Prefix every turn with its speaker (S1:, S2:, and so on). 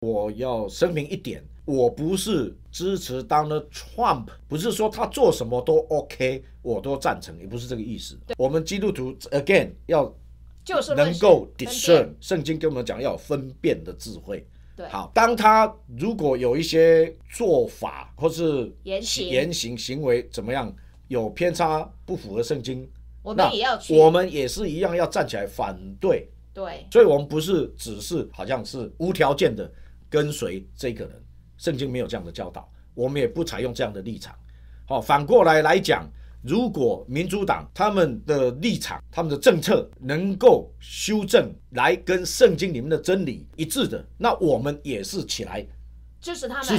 S1: 我要声明一点，我不是支持 Donald Trump，不是说他做什么都 OK，我都赞成，也不是这个意思。我们基督徒 again 要
S2: 就事论
S1: 能
S2: 事
S1: 够
S2: 分辨
S1: discern，圣经跟我们讲要有分辨的智慧。
S2: 对
S1: 好，当他如果有一些做法或是
S2: 言行
S1: 言行行为怎么样有偏差，不符合圣经，
S2: 我
S1: 那
S2: 们也要去
S1: 我们也是一样要站起来反对。
S2: 对
S1: 所以我们不是只是好像是无条件的跟随这个人，圣经没有这样的教导，我们也不采用这样的立场。好、反过来来讲，如果民主党他们的立场、他们的政策能够修正来跟圣经里面的真理一致的，那我们也是起来
S2: 支持他们
S1: 支持